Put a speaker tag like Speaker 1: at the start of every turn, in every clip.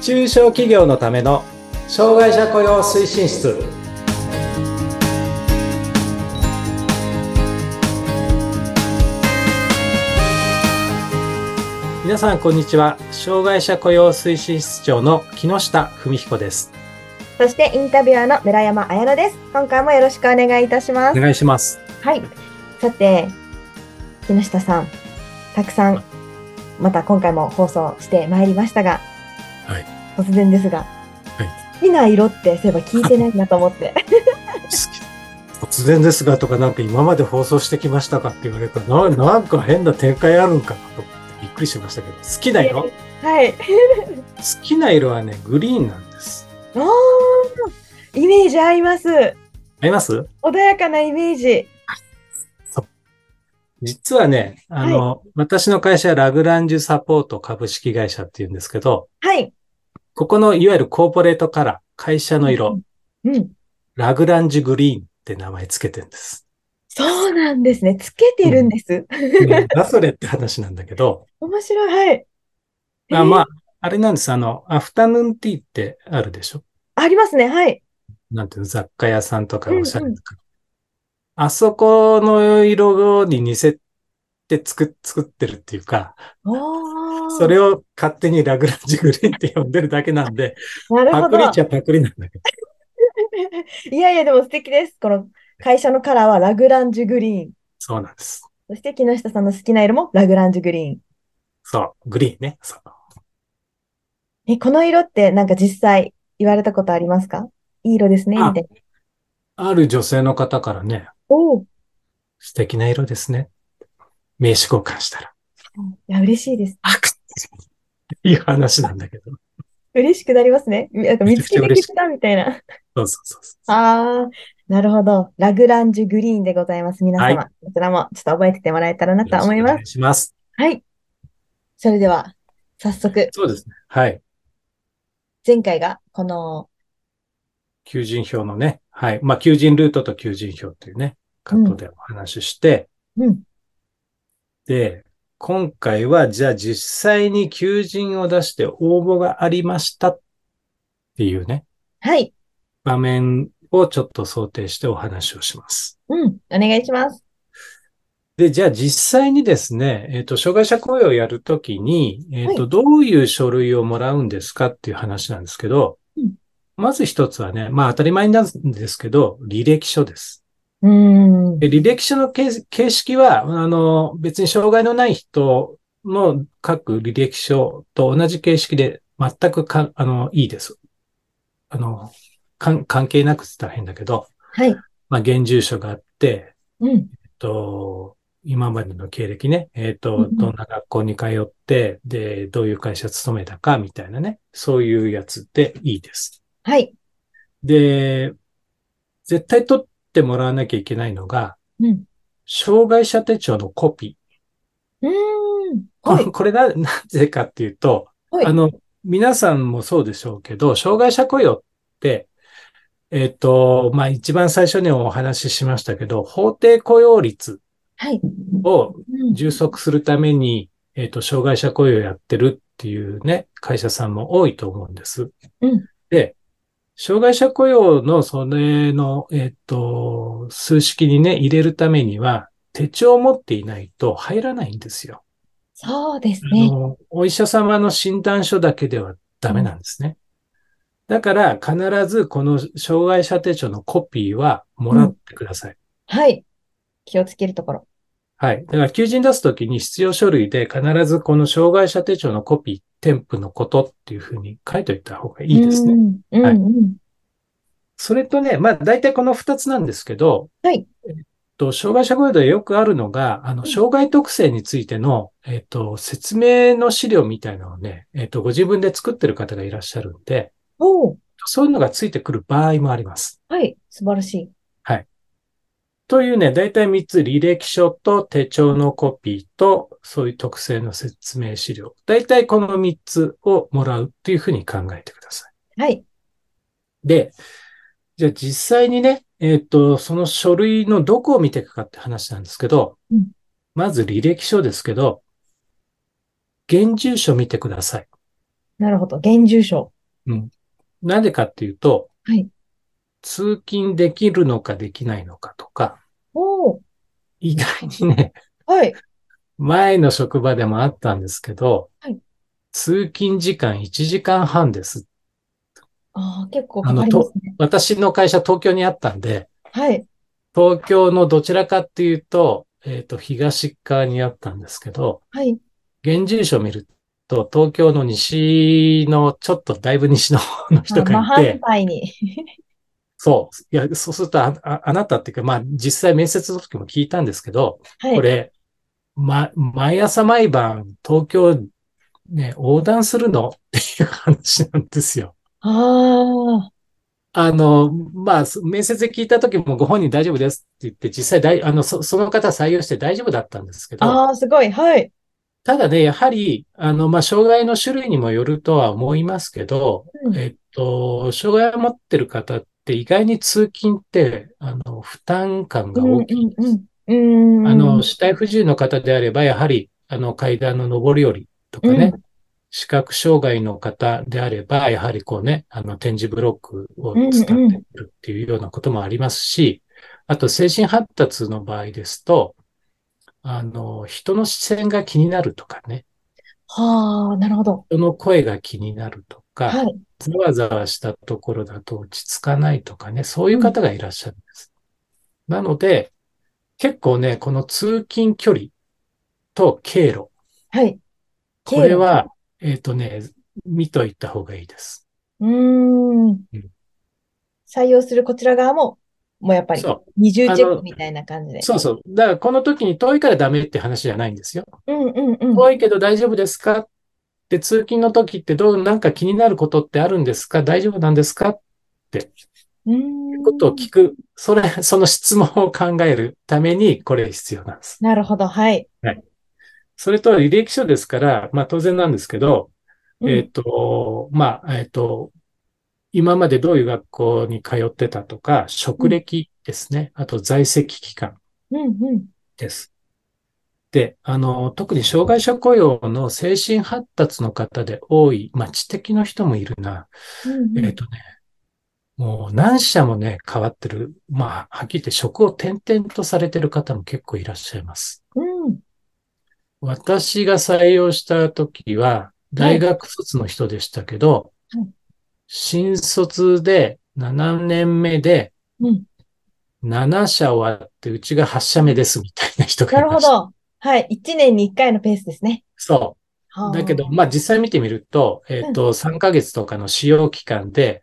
Speaker 1: 中小企業のための障害者雇用推進室皆さんこんにちは障害者雇用推進室長の木下文彦です
Speaker 2: そしてインタビュアーの村山彩乃です。今回もよろしくお願いいたしま
Speaker 1: お
Speaker 2: す。
Speaker 1: 願いします
Speaker 2: はい。さて、木下さん、たくさん、また今回も放送してまいりましたが、
Speaker 1: はい
Speaker 2: 突然ですが、
Speaker 1: い
Speaker 2: 好きな色ってそういえば聞いてないなと思って。
Speaker 1: 好き突然ですがとかなんか今まで放送してきましたかって言われたらななんか変な展開あるんかなと思ってびっくりしましたけど好きな色
Speaker 2: はい。
Speaker 1: 好きな色はねグリーンなんです
Speaker 2: あーイメージ合います。
Speaker 1: 合います
Speaker 2: 穏やかなイメージ。
Speaker 1: 実はね、あの、私の会社はラグランジュサポート株式会社っていうんですけど、
Speaker 2: はい。
Speaker 1: ここのいわゆるコーポレートカラー、会社の色、
Speaker 2: うん。
Speaker 1: ラグランジュグリーンって名前つけてるんです。
Speaker 2: そうなんですね。つけてるんです。
Speaker 1: なんだそれって話なんだけど、
Speaker 2: 面白い。はい。
Speaker 1: あま
Speaker 2: えー
Speaker 1: あ、あれなんです。あの、アフタヌーンティーってあるでしょ
Speaker 2: ありますね。はい。
Speaker 1: なんていうの、雑貨屋さんとか
Speaker 2: うんうん
Speaker 1: おしゃれとか。あそこの色に似せて作作ってるっていうか、
Speaker 2: おー
Speaker 1: それを勝手にラグランジュグリーンって呼んでるだけなんで、
Speaker 2: なる
Speaker 1: パ
Speaker 2: ほ
Speaker 1: ク
Speaker 2: ど
Speaker 1: リ。っちゃパクリなんだけど。
Speaker 2: いやいや、でも素敵です。この会社のカラーはラグランジュグリーン。
Speaker 1: そうなんです。
Speaker 2: そして木下さんの好きな色もラグランジュグリーン。
Speaker 1: そう、グリーンね。そう。
Speaker 2: え、この色ってなんか実際言われたことありますかいい色ですね、み
Speaker 1: あ
Speaker 2: たいな。
Speaker 1: ある女性の方からね、
Speaker 2: おお。い
Speaker 1: 素敵な色ですね。名刺交換したら、
Speaker 2: や、嬉しいです。
Speaker 1: あくっっていう話なんだけど。
Speaker 2: 嬉しくなりますね。なんか見つけてきたみたいな。
Speaker 1: そうそうそうそう。
Speaker 2: ああ、なるほど。ラグランジュグリーンでございます。皆様、
Speaker 1: は
Speaker 2: こちらもちょっと覚えててもらえたらなと思い
Speaker 1: よろしくお
Speaker 2: ま
Speaker 1: 願
Speaker 2: す。
Speaker 1: いします。
Speaker 2: はい。それでは、早速、
Speaker 1: そうですね。はい。
Speaker 2: 前回がこの、
Speaker 1: 求人票のね、はい。まあ、求人ルートと求人票というね、カットでお話しして、
Speaker 2: うん、
Speaker 1: で、今回は、じゃあ実際に求人を出して応募がありましたっていうね、
Speaker 2: はい、
Speaker 1: 場面をちょっと想定してお話をします。
Speaker 2: うん、お願いします。
Speaker 1: で、じゃあ実際にですね、えっ、と、障害者雇用をやるときに、えっ、と、
Speaker 2: は
Speaker 1: どういう書類をもらうんですかっていう話なんですけど、
Speaker 2: うん
Speaker 1: まず一つはね、まあ当たり前なんですけど、履歴書です。
Speaker 2: うーん。
Speaker 1: で履歴書の形形式は、あの、別に障害のない人の書く履歴書と同じ形式で全くか、あの、いいです。あの、かん関係なくって言ったら変だけど、
Speaker 2: はい。
Speaker 1: まあ、現住所があって、
Speaker 2: うん。
Speaker 1: えっと、今までの経歴ね、えっ
Speaker 2: うん
Speaker 1: と、
Speaker 2: うん
Speaker 1: どんな学校に通って、で、どういう会社勤めたかみたいなね、そういうやつでいいです。
Speaker 2: はい。
Speaker 1: で、絶対取ってもらわなきゃいけないのが、
Speaker 2: うん。
Speaker 1: 障害者手帳のコピ
Speaker 2: うーん。
Speaker 1: ー。こ
Speaker 2: は
Speaker 1: れ
Speaker 2: い。
Speaker 1: これがなぜかっていうと、
Speaker 2: はい
Speaker 1: あの、皆さんもそうでしょうけど、障害者雇用って、えっと、まあ、一番最初にお話ししましたけど、法定雇用率
Speaker 2: はい。
Speaker 1: を
Speaker 2: うん
Speaker 1: 充足するために、えっ、と、障害者雇用をやってるっていうね、会社さんも多いと思うんです。
Speaker 2: うん
Speaker 1: で、障害者雇用のそれの、えっ、と、数式にね、入れるためには、手帳を持っていないと入らないんですよ。
Speaker 2: そうです
Speaker 1: あ
Speaker 2: ね。
Speaker 1: のお医者様の診断書だけではダメなんですね。だから、必ずこの障害者手帳のコピーはもらってください。
Speaker 2: はい。気をつけるところ。
Speaker 1: はい。だから求人出すときに必要書類で必ずこの障害者手帳のコピー、添付のことっていうふうに書いといた方がいいですね。
Speaker 2: うん。うん。
Speaker 1: はい
Speaker 2: うん。
Speaker 1: それとね、まあ大体この二つなんですけど、
Speaker 2: はい。
Speaker 1: と障害者雇用でよくあるのが、あの、
Speaker 2: ん
Speaker 1: 障害特性についての、えっと、説明の資料みたいなのをね、えっと、ご自分で作ってる方がいらっしゃるんで、
Speaker 2: おー
Speaker 1: そういうのがついてくる場合もあります。
Speaker 2: はい。素晴らしい。
Speaker 1: というね、大体三つ、履歴書と手帳のコピーと、そういう特性の説明資料。大体この三つをもらうっていうふうに考えてくださ
Speaker 2: はい。
Speaker 1: い。で、じゃあ実際にね、えっ、と、その書類のどこを見ていくかって話なんですけど、
Speaker 2: うん
Speaker 1: まず履歴書ですけど、現住所見てください。
Speaker 2: なるほど。現住所。
Speaker 1: なんでかっていうと、
Speaker 2: はい
Speaker 1: 通勤できるのかできないのかとか、
Speaker 2: おお。
Speaker 1: 意外にね、
Speaker 2: はい。
Speaker 1: 前の職場でもあったんですけど、
Speaker 2: はい
Speaker 1: 通勤時間1時間半です。
Speaker 2: ああ、結構かかりますね。
Speaker 1: 私の会社東京にあったんで、
Speaker 2: はい。
Speaker 1: 東京のどちらかっていうと、えっ、と、東側にあったんですけど、
Speaker 2: はい。
Speaker 1: 現住所を見ると、東京の西の、ちょっとだいぶ西の方の人
Speaker 2: あ真
Speaker 1: がいて
Speaker 2: 反、対に。
Speaker 1: そう。いや、そうするとあ、あ、あなたっていうか、まあ、実際面接の時も聞いたんですけど、
Speaker 2: はい。
Speaker 1: これ、ま、毎朝毎晩、東京、ね、横断するの っていう話なんですよ。
Speaker 2: ああ。
Speaker 1: あの、まあ、そ面接で聞いた時もご本人大丈夫ですって言って、実際だい、あの、そ、その方採用して大丈夫だったんですけど、
Speaker 2: ああ、すごい。はい。
Speaker 1: ただね、やはり、あの、まあ、障害の種類にもよるとは思いますけど、
Speaker 2: うん
Speaker 1: えっと、障害を持ってる方って意外に通勤って、あの、負担感が大きいんです。
Speaker 2: うんうんうん。うーん。
Speaker 1: あの、肢体不自由の方であれば、やはり、あの、階段の上り下りとかね、視覚障害の方であれば、やはりこうね、あの、展示ブロックを伝ってくるっていうようなこともありますし、あと、精神発達の場合ですと、あの、人の視線が気になるとかね、
Speaker 2: はあ、なるほど。
Speaker 1: 人の声が気になると
Speaker 2: は
Speaker 1: か、
Speaker 2: い。
Speaker 1: ざわざわしたところだと落ち着かないとかね、そういう方がいらっしゃるんです。なので、結構ね、この通勤距離と経路、
Speaker 2: はい。
Speaker 1: これは、えっとね、見といた方がいいです。
Speaker 2: 経路。うーん。採用するこちら側も、もうやっぱり
Speaker 1: そ
Speaker 2: 二重チェ
Speaker 1: あ
Speaker 2: ッ
Speaker 1: の
Speaker 2: クみたいな感じで
Speaker 1: う。。そうそう。だからこの時に遠いからダメって話じゃないんですよ。
Speaker 2: うんうんうん。
Speaker 1: 遠いけど大丈夫ですかで、通勤の時ってどう、なんか気になることってあるんですか大丈夫なんですか
Speaker 2: うーん
Speaker 1: ことを聞く。それ、その質問を考えるためにこれ必要なんです。
Speaker 2: なるほど。はい。
Speaker 1: それと履歴書ですから、まあ当然なんですけど、
Speaker 2: うん
Speaker 1: えっ、と、まあ、えっ、と、今までどういう学校に通ってたとか、職歴ですね。あと在籍期間
Speaker 2: うんうん。
Speaker 1: です。で、あの、特に障害者雇用の精神発達の方で多い、まあ知的の人もいるな。
Speaker 2: うんう
Speaker 1: えっ、
Speaker 2: ん
Speaker 1: とね、もう何社もね、変わってる。まあ、はっきり言って職を転々とされてる方も結構いらっしゃいます。
Speaker 2: うん。
Speaker 1: 私が採用した時は、大学卒の人でしたけど、
Speaker 2: はい
Speaker 1: 新卒で7年目で
Speaker 2: うん。
Speaker 1: 7社終わって、うちが8社目ですみたいな人が
Speaker 2: ないるほ
Speaker 1: ました。
Speaker 2: ど。はい。一年に一回のペースですね。
Speaker 1: そ
Speaker 2: はあ
Speaker 1: う。だけど、、まあ実際見てみると、えっ、と、3ヶ月とかの使用期間で、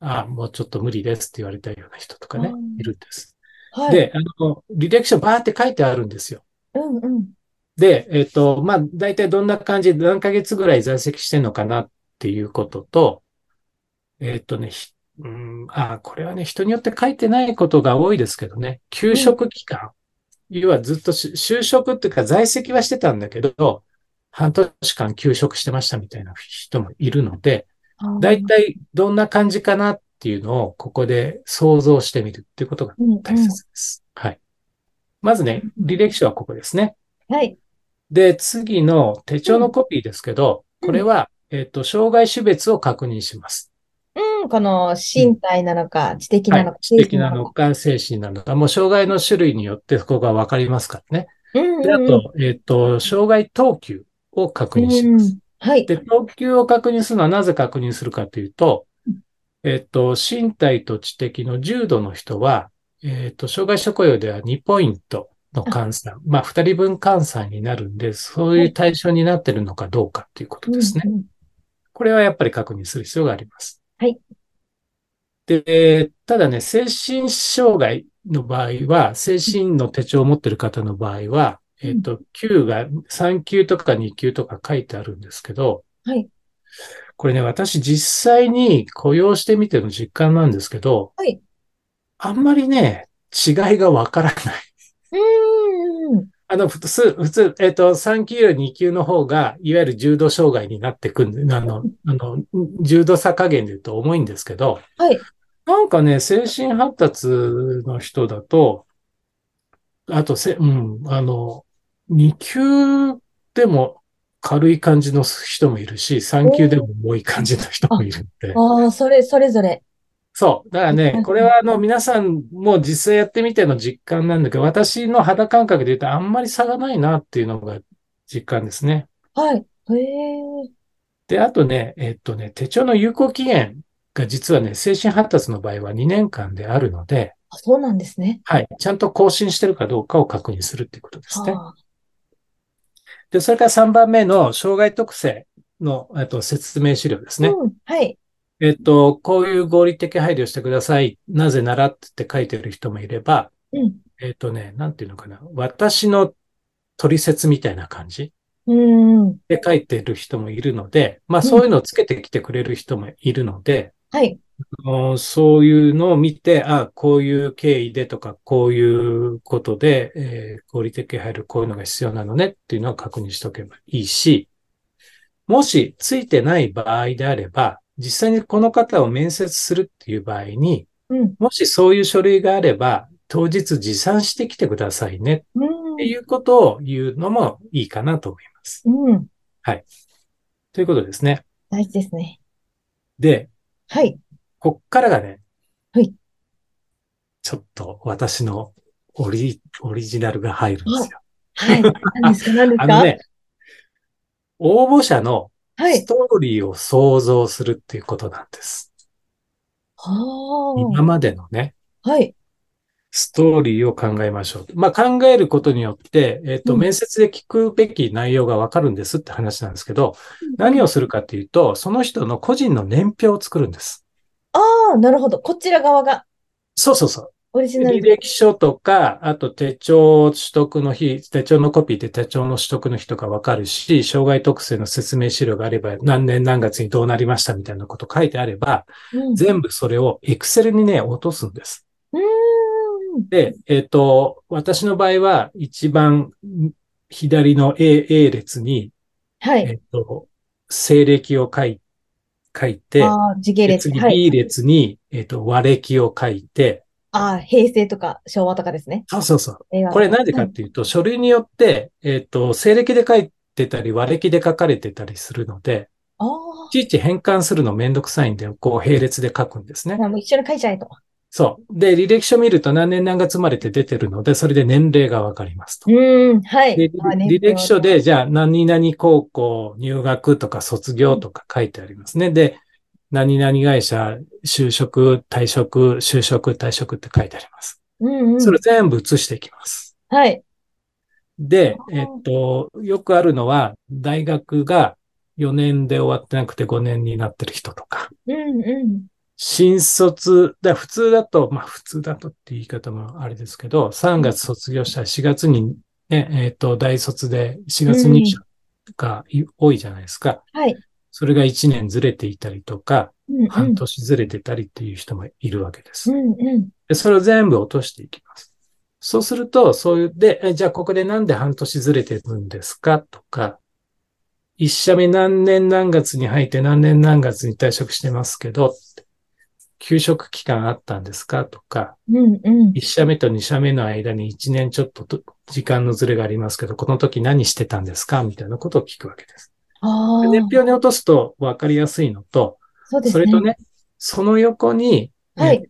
Speaker 1: あ、もうちょっと無理ですって言われたような人とかね
Speaker 2: うん、
Speaker 1: いるんです。
Speaker 2: はい。
Speaker 1: で、あの、履歴書バーって書いてあるんですよ。
Speaker 2: うんうん。
Speaker 1: で、えっと、まあ、大体どんな感じで何ヶ月ぐらい在籍してんのかなっていうことと、えっとね、ひうん、あ、これはね、人によって書いてないことが多いですけどね、休職期間。要はずっとし就職っていうか在籍はしてたんだけど、半年間休職してましたみたいな人もいるので、
Speaker 2: はあ
Speaker 1: 大体どんな感じかなっていうのをここで想像してみるっていうことが
Speaker 2: うんうん
Speaker 1: 大切です。はい。まずね、履歴書はここですね。
Speaker 2: はい。
Speaker 1: で、次の手帳のコピーですけど、
Speaker 2: うん
Speaker 1: これは、えっと、障害種別を確認します。
Speaker 2: うん。この身体なのか、知的なの
Speaker 1: は
Speaker 2: か、
Speaker 1: い知的なのか、精神なのか、もう障害の種類によってそこがわかりますからね。
Speaker 2: 精神
Speaker 1: で、
Speaker 2: な
Speaker 1: あ
Speaker 2: のか。うんうんうん。
Speaker 1: と、えっと、障害等級を確認し
Speaker 2: う
Speaker 1: ま
Speaker 2: ん
Speaker 1: す。。
Speaker 2: はい。
Speaker 1: で、等級を確認するのはなぜ確認するかというと
Speaker 2: うん、
Speaker 1: えっと、身体と知的の重度の人は、えっと、障害者雇用では2ポイントの換算、まあ、2人分換算になるんで、そういう対象になってるのかどうかっていうことですね。
Speaker 2: うんうん
Speaker 1: これはやっぱり確認する必要があります。
Speaker 2: はい。
Speaker 1: で、ただね、精神障害の場合は、精神の手帳を持ってる方の場合は、
Speaker 2: うん
Speaker 1: えっ、と、9が3級とか2級とか書いてあるんですけど、
Speaker 2: はい。
Speaker 1: これね、私実際に雇用してみての実感なんですけど、
Speaker 2: はい。
Speaker 1: あんまりね、違いがわからない。
Speaker 2: うーん。
Speaker 1: あの、普通、普通、えっと、3級より2級の方が、いわゆる重度障害になってくんで、あの、あの、重度差加減で言うと重いんですけど、
Speaker 2: はい。
Speaker 1: なんかね、精神発達の人だと、あとせ、うん、あの、2級でも軽い感じの人もいるし、3級でも重い感じの人もいるんで。
Speaker 2: ああ、それ、それぞれ。
Speaker 1: そう。だからね、これはあの、皆さんも実際やってみての実感なんだけど、私の肌感覚で言うとあんまり差がないなっていうのが実感ですね。
Speaker 2: はい。へえ。
Speaker 1: で、あとね、えっとね、手帳の有効期限が実はね、精神発達の場合は2年間であるので、
Speaker 2: あ、そうなんですね。
Speaker 1: はい。ちゃんと更新してるかどうかを確認するっていうことですね。
Speaker 2: は
Speaker 1: で、それから3番目の障害特性の、えっと、説明資料です
Speaker 2: あ。
Speaker 1: ね。
Speaker 2: うん。はい。
Speaker 1: えっと、こういう合理的配慮してください。なぜならって書いてる人もいれば、
Speaker 2: うん。
Speaker 1: えっとね、なんていうのかな。私の取説みたいな感じ
Speaker 2: うん。
Speaker 1: で書いてる人もいるので、まあそういうのをつけてきてくれる人もいるので、
Speaker 2: はい。
Speaker 1: あのそういうのを見て、あ、こういう経緯でとか、こういうことで、えー合理的配慮、こういうのが必要なのねっていうのは確認しておけばいいし、もしついてない場合であれば、実際にこの方を面接するっていう場合に、
Speaker 2: うん。
Speaker 1: もしそういう書類があれば、当日持参してきてくださいね
Speaker 2: うん
Speaker 1: って。いうことを言うのもいいかなと思います。
Speaker 2: うん。
Speaker 1: ということですね。
Speaker 2: 大事ですね。
Speaker 1: で、
Speaker 2: はい。
Speaker 1: こっからがね、
Speaker 2: はい。
Speaker 1: ちょっと私のオリ、オリジナルが入るんですよ。
Speaker 2: はい。何ですか何です
Speaker 1: あ
Speaker 2: か
Speaker 1: のね、応募者の
Speaker 2: はい
Speaker 1: ス。トーリーを想像するっていうことなんです。今
Speaker 2: は
Speaker 1: までのね、
Speaker 2: あ。はい。
Speaker 1: ストーリーを考えましょう。まあ、考えることによって、えっ、と、
Speaker 2: うん
Speaker 1: 面接で聞くべき内容がわかるんですって話なんですけど
Speaker 2: うん、
Speaker 1: 何をするかっていうと、その人の個人の年表を作るんです。
Speaker 2: ああ、なるほど。こちら側が
Speaker 1: そうそうそう。
Speaker 2: オリジナル
Speaker 1: 履。歴書とか、あと手帳取得の日、手帳のコピーで手帳の取得の日とかわかるし、障害特性の説明資料があれば、何年何月にどうなりましたみたいなこと書いてあれば、
Speaker 2: うん。
Speaker 1: 全部それを Excel にね、落とすんです。
Speaker 2: うーん。
Speaker 1: で、えっ、と、私の場合は一番左の A, A 列に、
Speaker 2: は
Speaker 1: えっ、
Speaker 2: い。
Speaker 1: と、西暦を書い書いて、
Speaker 2: ああ、時系
Speaker 1: で
Speaker 2: 列。
Speaker 1: 次
Speaker 2: は
Speaker 1: B
Speaker 2: い
Speaker 1: 列に、えっ、と、和暦を書いて、
Speaker 2: ああ、平成とか昭和とかですね。
Speaker 1: そうそうそう。
Speaker 2: 令和
Speaker 1: これなんでかっていうと、書類によって、えっ、と、西暦で書いてたり、和暦で書かれてたりするので、
Speaker 2: ああ
Speaker 1: いちいち変換するのめんどくさいんで、こう、並列で書くんですね。
Speaker 2: ー、もう一緒に書いちゃえと。
Speaker 1: そう。で、履歴書見ると何年何月生まれって出てるので、それで年齢がわかりますと
Speaker 2: う。ーん、はい。
Speaker 1: で
Speaker 2: ああね
Speaker 1: 履歴書で、じゃあ、何々高校入学とか卒業とか書いてありますね。で、何々会社、就職、退職、就職、退職って書いてあります。
Speaker 2: うんうん。
Speaker 1: それ全部写していきます。
Speaker 2: はい。
Speaker 1: で、
Speaker 2: あー
Speaker 1: えっと、よくあるのは、大学が4年で終わってなくて5年になってる人とか、
Speaker 2: うんうん。
Speaker 1: 新卒、だ普通だと、まあ普通だとって言い方もあれですけど、3月卒業したら4月に、ね、えっと、大卒で4月入社がい多いじゃないですか。
Speaker 2: はい。
Speaker 1: それが1年ずれていたりとか、
Speaker 2: うんうん。
Speaker 1: 半年ずれてたりっていう人もいるわけで
Speaker 2: う
Speaker 1: す。
Speaker 2: んうん。
Speaker 1: で、それを全部落としていきます。そうすると、そういう、で、えじゃあここでなんで半年ずれてるんですかとか、一社目何年何月に入って何年何月に退職してますけど、休職期間あったんですかとか、
Speaker 2: うんうん。
Speaker 1: 一社目と二社目の間に一年ちょっとと時間のずれがありますけど、この時何してたんですかみたいなことを聞くわけです。
Speaker 2: あ
Speaker 1: で年
Speaker 2: あ、
Speaker 1: 表に落とすと分かりやすいのと、
Speaker 2: そうです
Speaker 1: それと。ね、その横に、
Speaker 2: はい。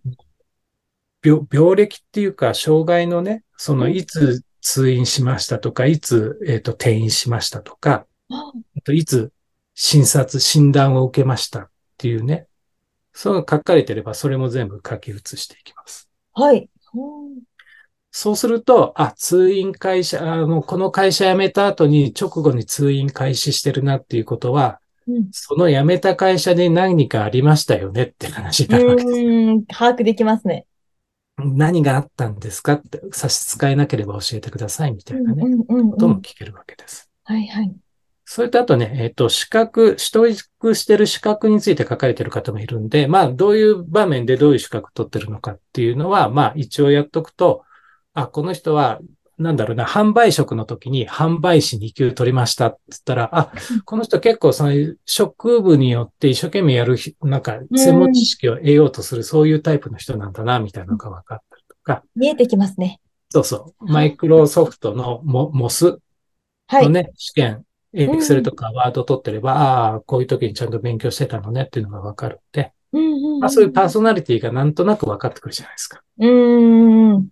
Speaker 1: 病病歴っていうか、障害のね、その
Speaker 2: うん
Speaker 1: いつ通院しましたとか、いつ、えっ、と、転院しましたとか、
Speaker 2: あー
Speaker 1: あといつ診察、診断を受けましたっていうね、そういうの書かれてれば、それも全部書き写していきます。
Speaker 2: はい。うん
Speaker 1: そうすると、あ、通院会社、あの、この会社辞めた後に直後に通院開始してるなっていうことは、
Speaker 2: うん。
Speaker 1: その辞めた会社で何かありましたよねって話に
Speaker 2: う
Speaker 1: なるわけです。
Speaker 2: ーん、把握できますね。
Speaker 1: 何があったんですかって差し支えなければ教えてくださいみた
Speaker 2: う
Speaker 1: い
Speaker 2: ん
Speaker 1: なね、
Speaker 2: うんうん
Speaker 1: こと
Speaker 2: う
Speaker 1: も
Speaker 2: ん。
Speaker 1: 聞けるわけです。
Speaker 2: はいはい。
Speaker 1: それとあとね、えっ、と、資格、取得してる資格について書かれてる方もいるんで、まあ、どういう場面でどういう資格取ってるのかっていうのは、まあ、一応やっとくと、あ、この人は、なんだろうな、販売職の時に販売士2級取りましたって言ったら、あ、この人結構その職部によって一生懸命やるひ、なんか専門知識を得ようとする、そういうタイプの人なんだな、みたいなのが分かったりとか、
Speaker 2: 見えてきますね。
Speaker 1: そうそう。マイクロソフトのモモスの
Speaker 2: はい。
Speaker 1: ね、試験、エ
Speaker 2: ん
Speaker 1: クセルとかワード取ってれば、ああ、こういう時にちゃんと勉強してたのねっていうのがわかるんで、
Speaker 2: うん
Speaker 1: まあ、そういうパーソナリティがなんとなく分かってくるじゃないですか。
Speaker 2: うんうん。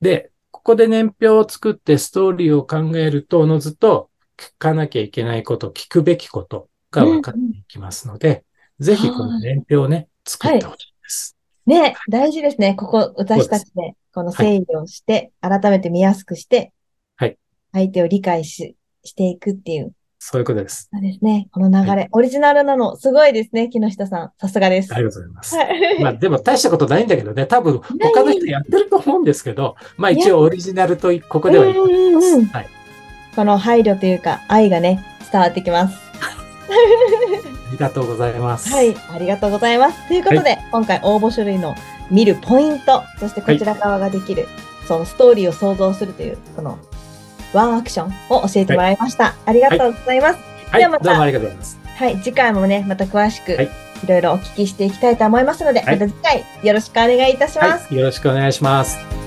Speaker 1: で、ここで年表を作ってストーリーを考えると、おのずと聞かなきゃいけないこと、聞くべきことが分かっていきますので、ぜひこの年表をね、作ってほしいです。
Speaker 2: ね、大事ですね。ここ、私たちで、この整理をして、改めて見やすくして、
Speaker 1: はい。
Speaker 2: 相手を理解し、していくっていう。
Speaker 1: そういうことです。
Speaker 2: そうですね。この流れ。オリジナルなの、すごいですね。木下さん。さすがです。
Speaker 1: ありがとうございます。
Speaker 2: は い
Speaker 1: まあでも大したことないんだけどね、多分他の人やってると思うんですけど、まあ一応オリジナルといここでは言ってま
Speaker 2: うんうんうん
Speaker 1: す。はい。
Speaker 2: この配慮というか、愛がね、伝わって きます。
Speaker 1: ありがとうございます。
Speaker 2: はい、ありがとうございます。ということで、今回応募書類の見るポイント、そしてこちら側ができる、そのストーリーを想像するという、このワンアクションを教えてもらいました。ありがとうございます。
Speaker 1: はい。
Speaker 2: ではまた
Speaker 1: どうもありがとうございます。
Speaker 2: はい、次回もね、また詳しく、
Speaker 1: はいい、
Speaker 2: ろいろお聞きしていきたいと思いますので、
Speaker 1: はい
Speaker 2: また次回よろしくお願いいたします。
Speaker 1: はい。よろしくお願いします。